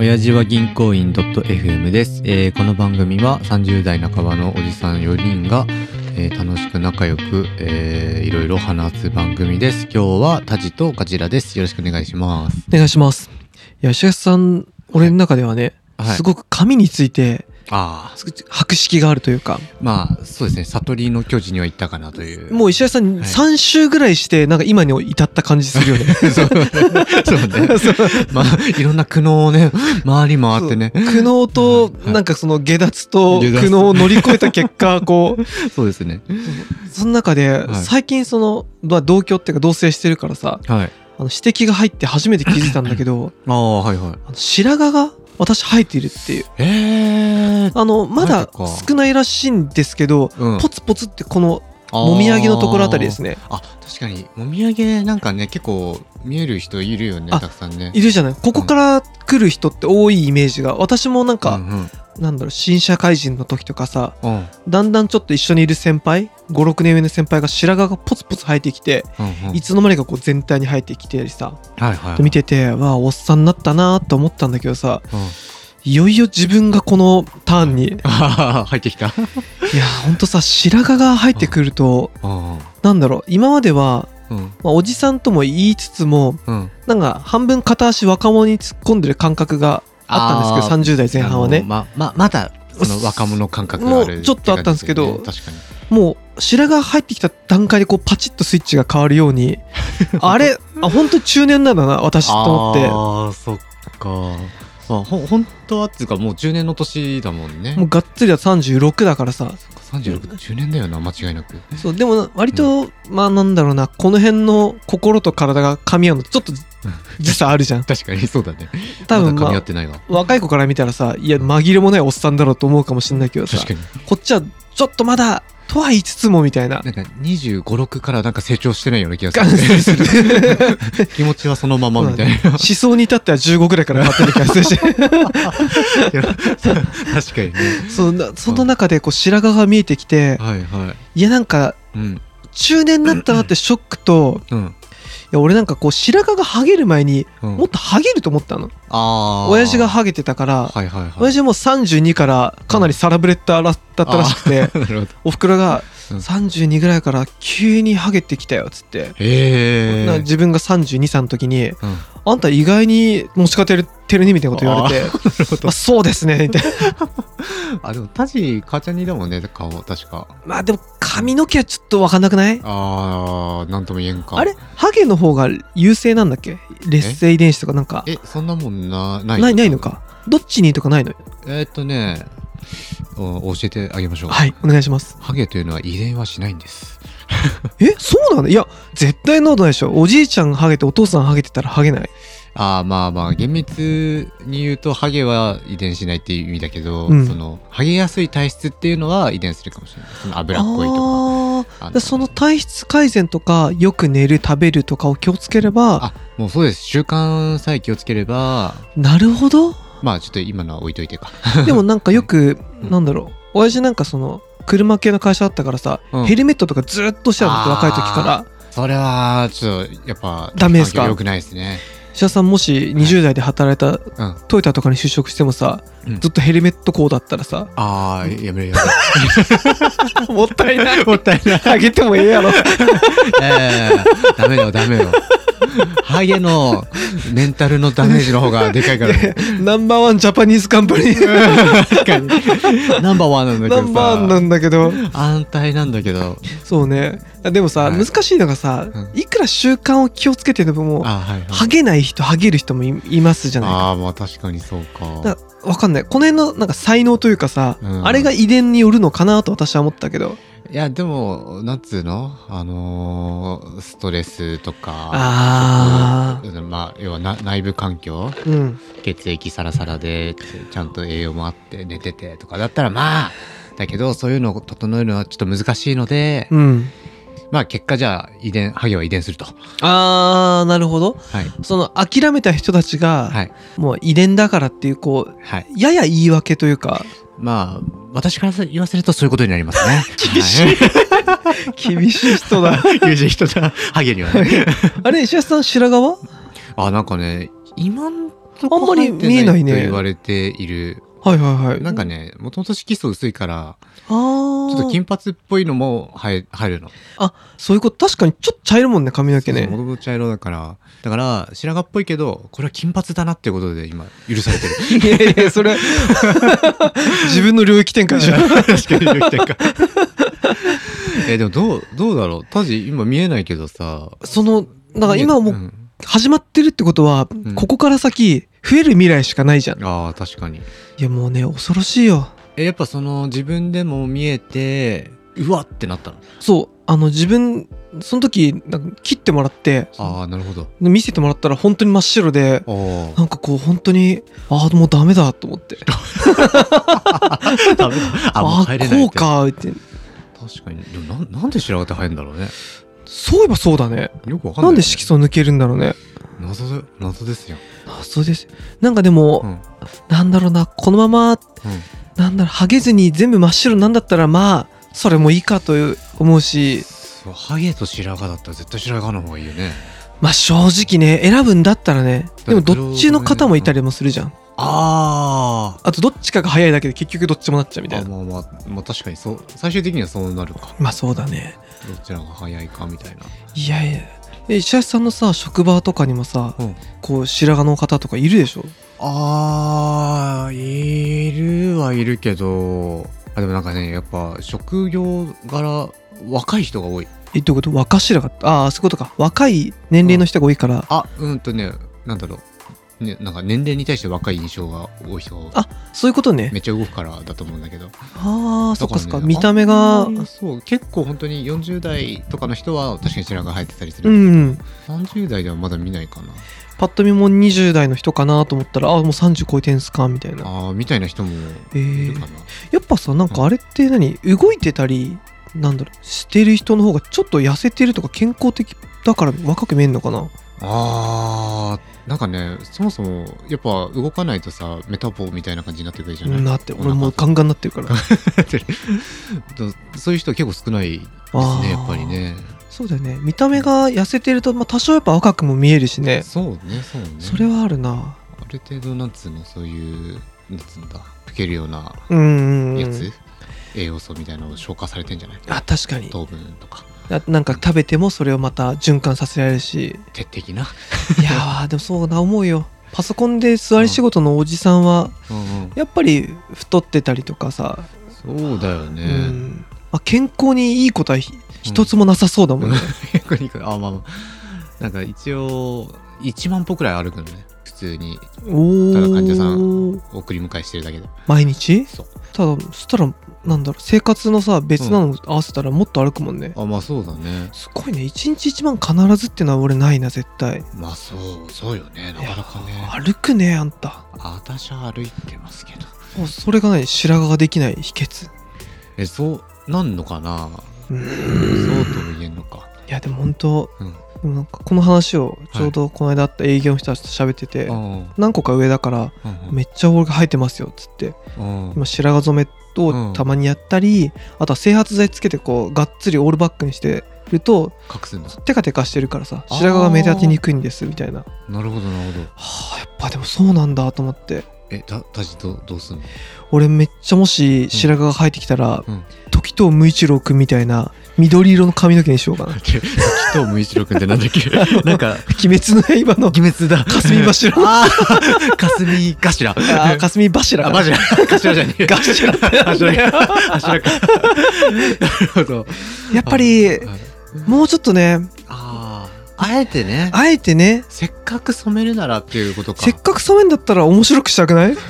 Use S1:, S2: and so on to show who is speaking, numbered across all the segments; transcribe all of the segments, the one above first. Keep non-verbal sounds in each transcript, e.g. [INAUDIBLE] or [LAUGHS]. S1: 親父は銀行員 .fm です、えーこの番組は30代半ばのおじさん4人が、えー楽しく仲良く、えーいろいろ話す番組です今日はタジとガジラですよろしくお願いします
S2: お願いします。いや、石橋さん、俺の中ではね、
S1: はい
S2: すごく紙について、
S1: ああ
S2: すごく博識があるというか、
S1: まあそうですね悟りの巨人には行ったかなという
S2: もう石橋さん
S1: はい
S2: 3週ぐらいして、なんか今に至った感じするよね。
S1: [LAUGHS] そうそうね
S2: [LAUGHS] そう
S1: まあいろんな苦悩をね回り回ってね
S2: 苦悩と、
S1: はい
S2: なんかその下脱と苦
S1: 下脱
S2: 悩を乗り越えた結
S1: [LAUGHS]
S2: 果、こう、
S1: そうですね
S2: その中で
S1: はい、
S2: 最近その、まあ同居っていうか同棲してるからさ、
S1: はい
S2: あの指摘が入って初めて気づいたんだけど、
S1: ああはいはい
S2: あの白髪が私生えているっていう。
S1: ええー
S2: あの、ま
S1: マ
S2: だ
S1: ジか
S2: 少ないらしいんですけど、
S1: うん
S2: ポツポツってこのもみあげのところあたりですね
S1: あ確かにもみあげなんかね結構見える人いるよね
S2: あ
S1: たくさんね
S2: いるじゃないここから来る人って多いイメージが私もなんか、
S1: うん
S2: なんだろう新社会人の時とかさ
S1: うんうん
S2: だんだんちょっと一緒にいる先輩56年上の先輩が白髪がポツポツ生えてきて、
S1: うんうん
S2: いつの間にかこう全体に生えてきてたりさ、
S1: はいはいはい
S2: 見ててわあおっさんになったなーと思ったんだけどさ
S1: うん
S2: いよいよ自分がこのター
S1: [LAUGHS]
S2: ンにいや
S1: 入ってきた
S2: ほんとさ白髪が生えてくると、
S1: うん
S2: なんだろう今までは、
S1: うん
S2: まあ、おじさんとも言いつつも
S1: うん
S2: なんか半分片足若者に突っ込んでる感覚があったんですけど30代前半は
S1: あ
S2: ね
S1: のまままだその若者感覚がある
S2: もうちょっとあったんですけど
S1: って感じですよね
S2: もう白髪入ってきた段階でこうパチッとスイッチが変わるよ
S1: [LAUGHS]
S2: うにあれあ本当に中年なんだな私
S1: 確かに
S2: と思っ
S1: ああそっかまあほ本当はっていうかもう10年の年だもんね
S2: てもうがっつりは36だからさ
S1: 3610年だよな間違いなく
S2: そうでもな割と、まあなんだろうなこの辺の心と体が噛み合うのとちょっと時差あるじ
S1: [LAUGHS]
S2: ゃん
S1: 確かにそうだね
S2: 多分
S1: まだ噛
S2: ま
S1: み合
S2: あ
S1: ってないわ
S2: 若い子から見たらさいや紛れもないおっさんだろうと思うかもしれないけどさ
S1: 確かに
S2: こっちはちょっとまだとは言いつつもみたいな
S1: なんか2 5 6からなんか成長してないような気が
S2: 感
S1: する
S2: じする
S1: [LAUGHS] 気持ちはそのままみたいな
S2: [LAUGHS] 思想に至っては15ぐらいから変わってる気がする
S1: [LAUGHS]
S2: し
S1: 確かにね
S2: そんなその中でこう白髪が見えてきて
S1: はいはい
S2: やなんか
S1: うん
S2: 中年になったなってショックと
S1: うん
S2: いや俺なんかこう白髪がハゲる前に
S1: うん
S2: もっとハゲると思ったの
S1: ああ
S2: 親父がハゲてたから
S1: はいはいは
S2: 親
S1: い
S2: 父はもう32からかなりサラブレッダーだったらしくて
S1: なるほど
S2: おふくろが
S1: うん
S2: 32ぐらいから急にハゲてきたよっつって。
S1: へえ
S2: な自分が32歳の時に
S1: うん
S2: 「あんた意外に持ちかてるてるね」みたいなこと言われて
S1: [LAUGHS] なるほ
S2: 「あそうですね」みたいな
S1: あでもタジ母ちゃんにだもんね顔確か
S2: まあでも髪の毛はちょっと分かんなくない
S1: ああなんとも言えんか
S2: あれハゲの方が優勢なんだっけ劣勢遺伝子とかなんか
S1: えそんなもんなない
S2: ないないのかどっちにとかないの
S1: えーっとねお教えてあげましょう
S2: はいお願いします
S1: ハゲというのは遺伝はしないんです
S2: えそうなのいや絶対ノートないでしょおじいちゃんハゲてお父さんハゲてたらハゲない
S1: ああまあまあ厳密に言うとハゲは遺伝しないっていう意味だけど、
S2: うん
S1: そのハゲやすい体質っていうのは遺伝するかもしれないその脂っこいとか
S2: あ
S1: あ
S2: あその体質改善とかよく寝る食べるとかを気をつければ
S1: あもうそうです習慣さえ気をつければ
S2: なる
S1: [LAUGHS]
S2: ほど
S1: まあちょっと今のは置いといてか、
S2: でもなんかよく、
S1: うん
S2: なんだろう親父なんかその車系の会社だったからさ、
S1: うん
S2: ヘルメットとかずっとしてたの若い時から
S1: それはちょっとやっぱ
S2: ダメですか
S1: よくないですね
S2: 石田さんもし20代で働いた
S1: うん
S2: トヨタとかに就職してもさ、
S1: うん
S2: ずっとヘルメット工だったらさ
S1: ああやめろやめろ
S2: [LAUGHS] [LAUGHS] もったいない
S1: もったいない
S2: あげてもええやろ [LAUGHS]
S1: [LAUGHS] ええダメよダメよハゲのメンタルのダメージの方がでかい
S2: [LAUGHS]
S1: からね
S2: ナンバーワンジャパニーズカンパ [LAUGHS] ニー
S1: 確かに [LAUGHS] ナンバーワンなんだけど
S2: ナ
S1: さ
S2: ンバーワンなんだけど
S1: 安泰なんだけど
S2: そうねでもさ、
S1: はい
S2: 難しいのがさ
S1: うん
S2: いくら習慣を気をつけてでも
S1: あはいはい
S2: ハゲない人ハゲる人もいいますじゃないか
S1: あーまあ確かにそうか
S2: だからわかんないこの辺のなんか才能というかさ、
S1: うん
S2: あれが遺伝によるのかなと私は思ったけど
S1: いやでもなんつうのあのーストレスとか
S2: あ
S1: うんまあ要はな内部環境
S2: ーうん
S1: 血液サラサラでちゃんと栄養もあって寝ててとかだったらまあだけどそういうのを整えるのはちょっと難しいので、
S2: うん
S1: まあ結果じゃあ遺伝ハゲは遺伝するとは
S2: あーなるほど
S1: い
S2: その諦めた人たちが、
S1: はい
S2: もう遺伝だからっていうこう
S1: はい
S2: やや言い訳という
S1: [LAUGHS]
S2: か
S1: まあ私から言わせるとそういうことになりますね
S2: 厳しい厳しい
S1: [LAUGHS]
S2: 人だ
S1: 厳しい人だハゲにはね
S2: あれ石橋さん白髪は
S1: あなんかね今んとこ
S2: あんまり
S1: 入って
S2: 見えないね
S1: と言われている。
S2: はいはいはい。
S1: なんかね、もともと色素薄いから、
S2: あー、
S1: ちょっと金髪っぽいのも入入るの。
S2: そういうこと、確かにちょっと茶色いもんね、髪の毛
S1: も
S2: ね。
S1: ともと茶色だから。だから、白髪っぽいけど、これは金髪だなってことで今、許されてる。
S2: [LAUGHS] いやいや、それ、自分の領域展開じゃん。
S1: 確かに言ってるか。 [LAUGHS] え、でもどう、どうだろうタジ、今見えないけどさ。
S2: その、だから今もうん始まってるってことは、
S1: ん
S2: ここから先、増える未来しかないじゃん。い
S1: ああ、確かに。
S2: や、もうね、恐ろしいよ。
S1: え、やっぱその自分でも見えて、うわってなったの。
S2: そう、あの、自分、その時、なんか切ってもらって、
S1: ああ、なるほど。
S2: で見せてもらったら本当に真っ白で、
S1: あ
S2: なんかこう、本当に、ああ、もうダメだと思って。
S1: あ。ダメだ。あ、もう入れない
S2: あーこ
S1: っ
S2: う
S1: て。
S2: か、って。
S1: 確かに。でもなん、なんで白髪って入るんだろうね。
S2: そういえばそうだね。
S1: よくわかんな
S2: な
S1: い、
S2: んで色素抜けるんだろうね。
S1: 謎だ謎ですよ。
S2: あそうです。なんかでも、
S1: うん。うん。
S2: なんだろうな、このまま、なんだろう、ハゲずに全部真っ白なんだったら、まあ、それもいいかと思うし、
S1: そう、ハゲと白髪だったら絶対白髪の方がいいよね。
S2: まあ正直ね、選ぶんだったらね、でもどっちの方もいたりもするじゃん。
S1: ああ。
S2: あとどっちかが早いだけで結局どっちもなっちゃうみたい
S1: あ
S2: な。
S1: まあまあ、まあ確かにそう、最終的にはそうなるか。
S2: まあそうだね。
S1: どちらが早いかみたいな。
S2: いやいや。え石橋さんのさ職場とかにもさ、
S1: うん
S2: こう白髪の方とかいるでしょ
S1: あー、いるはいるけど、あでもなんかね、やっぱ職業柄、若い人が多い。
S2: えどういうこと若白髪ああそういうことか若い年齢の人が多いから、
S1: あ、うんとね、なんだろう。ね、なんか年齢に対して若い印象が多い人が多い
S2: あそういうことね
S1: めっちゃ動くからだと思うんだけど。
S2: ああそっかそっ
S1: だ
S2: か
S1: ね
S2: 見た目が
S1: あんまりそう、結構本当に40代とかの人は確かに白髪生えてたりする。
S2: うん
S1: 30代ではまだ見ないかな。
S2: パッと見も20代の人かなと思ったらあもう30超えてんすかみたいな
S1: あー、みたいな人も
S2: え
S1: い
S2: ー
S1: るかな。
S2: やっぱさなんかあれって何動いてたりなんだろうしてる人の方がちょっと痩せてるとか健康的だから若く見えるのかな
S1: あーなんかねそもそもやっぱ動かないとさメタボみたいな感じになってくるじゃない、
S2: なって
S1: お
S2: 俺
S1: 腹
S2: もうガンガンなってるから
S1: と [LAUGHS] そういう人結構少ないです
S2: あー
S1: ねやっぱりね
S2: そうだよね見た目が痩せてると、まあ、多少やっぱ若くも見えるしね
S1: そうねそうね
S2: それはあるな
S1: ある程度なんつうのそういうなんつうんだ老けるような
S2: うんうんうん
S1: やつ、栄養素みたいなのを消化されてんじゃない
S2: あ確かに
S1: 糖分とか
S2: ななんか食べてもそれをまた循環させられるし
S1: 鉄的ない
S2: [LAUGHS] やーでもそうだ思うよパソコンで座り仕事のおじさんは
S1: うん、うん、
S2: やっぱり太ってたりとかさ、
S1: そうだよね、
S2: うんまあ、健康にいいことはひ一つもなさそうだもんね、
S1: 逆にあまあまあなんか一応1万歩くらい歩くのね普通に [LAUGHS]
S2: お
S1: ただ患者さ
S2: お
S1: 送り迎えしてるだけで
S2: 毎日
S1: そう
S2: ただそしたらなんだろう生活のさ別なの合わせたらもっと歩くもんね、
S1: あまあそうだね
S2: すごいね一日一万必ずってのは俺ないな絶対
S1: まあそうそうよねなかなか
S2: いや
S1: ね
S2: ー歩くねあんた
S1: 私は歩いてますけど
S2: もうそれがない白髪ができない秘訣
S1: えそうなんのかな
S2: う
S1: そ
S2: ん
S1: うとも言えんのか
S2: いやでも本当
S1: うん
S2: でもなんかこの話をちょうどこの間あった営業の人たちと喋ってて、
S1: あ
S2: 何個か上だから
S1: あうん
S2: めっちゃ俺が生えてますよっつって
S1: うん
S2: 今白髪染めをたまにやったり、あとは整髪剤つけてこうがっつりオールバックにしてると
S1: 隠すんだ
S2: テカテカしてるからさ
S1: あー
S2: 白髪が目立ちにくいんですみたいな
S1: なるほどなるほど
S2: はあやっぱでもそうなんだと思って
S1: えたたちどどうすんの
S2: 俺めっちゃもし白髪が生えてきたら、
S1: うん
S2: 時藤無一郎君みたいな緑色の髪の毛にしようかな [LAUGHS]
S1: 紀藤無一郎君って [LAUGHS] なんだっけなんか
S2: 鬼滅の
S1: [LAUGHS]
S2: 刃の
S1: 鬼滅だ
S2: 霞柱
S1: [LAUGHS] あ [LAUGHS] あ霞頭
S2: あー霞柱
S1: あマジだ [LAUGHS] 頭じゃねえ
S2: 柱
S1: 柱か柱かなるほ [LAUGHS] ど
S2: やっぱり
S1: あ
S2: もうちょっとね
S1: あああえてね
S2: あえてね
S1: せっかく染めるならっていうことか
S2: せっかく染めんだったら面白くしたくない
S1: だ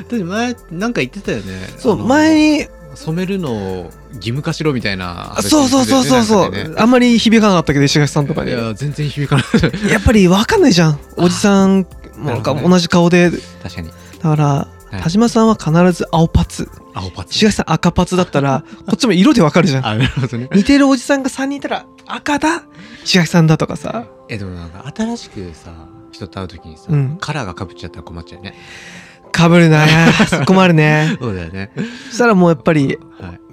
S1: って前なんか言ってたよね
S2: そう
S1: あの
S2: 前に
S1: 染めるのを義務化しろみたいな
S2: そうそうそうそうそう、
S1: なんか
S2: あんまり響かなかったけど石垣さんとか
S1: ね
S2: に
S1: いや全然響かない
S2: やっぱり分かんないじゃんおじさんも
S1: なるほどね
S2: 同じ顔でだ
S1: 確かに
S2: から、
S1: い
S2: 田島さんは必ず青パツ
S1: 青パッ
S2: 石垣さん赤パツだっ
S1: [LAUGHS]
S2: たらこっちも色で分かる [LAUGHS] じゃん
S1: あなるほどね
S2: 似てるおじさんが3人いたら赤だ石垣さんだとかさ
S1: えでもなんか新しくさ人と会うときにさ、
S2: うん
S1: カラーがかぶっちゃったら困っちゃうよね [LAUGHS]
S2: かぶるなそこもあるね
S1: そうだよね
S2: そしたらもうやっぱり
S1: はい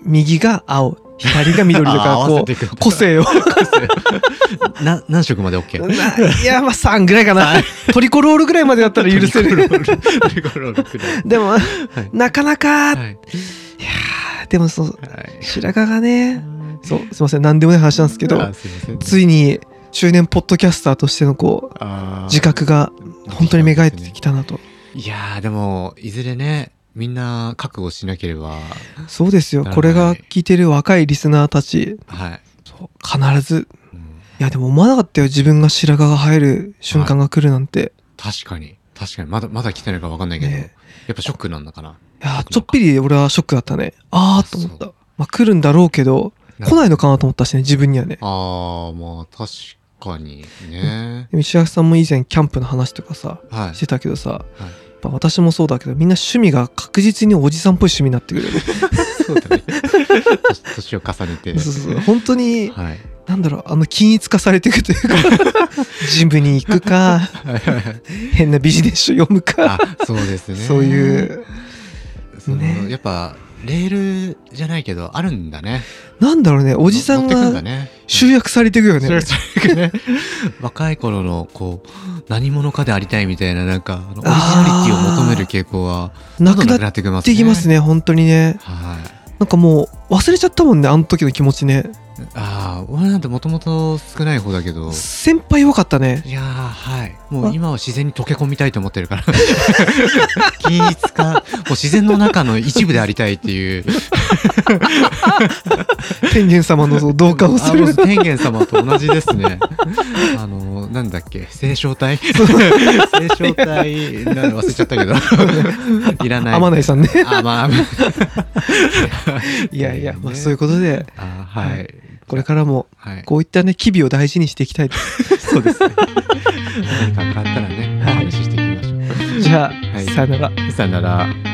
S2: 右が青左が [LAUGHS] 緑と
S1: あ
S2: か
S1: 合わせ
S2: こ
S1: ていくみたいうな
S2: 個性を
S1: な何色まで OK?
S2: ないやまあ3ぐらいかなトリコロールぐらいまでだったら [LAUGHS] 許せる
S1: トリコロールくらい
S2: [LAUGHS] でも
S1: はい
S2: なかなか、
S1: はい
S2: でもそう
S1: はい
S2: 白髪がねそうすいません何でもない話なんですけど
S1: あすいません
S2: ついに中年ポッドキャスターとしてのこう
S1: あー
S2: 自覚が本当に芽生えてきたなと
S1: いやーでもいずれねみんな覚悟しなければ
S2: そうですよ
S1: なる
S2: こ
S1: ほど
S2: れ
S1: ね
S2: が聞いてる若いリスナーたち
S1: はい、
S2: 必ず
S1: うん
S2: いやでも思わなかったよ自分が白髪が生える瞬間が来るなんて、
S1: 確かに確かにまだまだ来てないから分かんないけど、
S2: ね
S1: やっぱショックなんだかない
S2: やちょっぴり俺はショックだったねああと思っ
S1: あ
S2: たまあ来るんだろうけど
S1: なんか
S2: 来ないのかなと思ったしね自分にはね
S1: あーまあ確かに [LAUGHS] ね、
S2: でも石橋さんも以前キャンプの話とかさ
S1: はい
S2: してたけどさ、
S1: い
S2: やっぱ私もそうだけどみんな趣味が確実におじさんっぽい趣味になってく
S1: [LAUGHS]
S2: るよね
S1: そうだね [LAUGHS] 年年を重ねて
S2: そうそうそう本当に
S1: はい
S2: なんだろうあの均一化されていく
S1: [LAUGHS]
S2: というかジムに行くか変なビジネス書読むか
S1: あそうですね
S2: そういう
S1: その
S2: ね
S1: やっぱレールじゃないけどあるんだね
S2: なんだろうねおじさ
S1: 乗
S2: ん
S1: ってくんだ
S2: が
S1: ね
S2: 集約されていくよね
S1: それそれがね若い頃のこう何者かでありたいみたいななんかあのオリジナリティを求める傾向は
S2: なく
S1: どんどん
S2: な
S1: なくな
S2: っ
S1: ってきます
S2: て
S1: ね
S2: いきますね本当にね
S1: はい
S2: なんかもう忘れちゃったもんねあの時の気持ちね
S1: ああ俺なんてもともと少ない方だけど
S2: 先輩よかっ
S1: [LAUGHS]
S2: たね
S1: いやーはいも
S2: あ
S1: う今は自然に溶け込みたいと思ってるから [LAUGHS] 均一化もう自然の中の一部でありたいっていう
S2: 天元様のそう同化をす
S1: あも
S2: る
S1: う天元様と同じですねあのなんだっけ清少体清少体な忘れちゃったけどいらない
S2: 天内さんね
S1: あまあ
S2: いやいや、まあ、そういうことで
S1: あはい、はい
S2: これからもこういったね機微を大事にしていきたい
S1: そうですね何かあったらねお話ししていきましょ
S2: じゃあ、
S1: はい
S2: さよなら
S1: うさよなら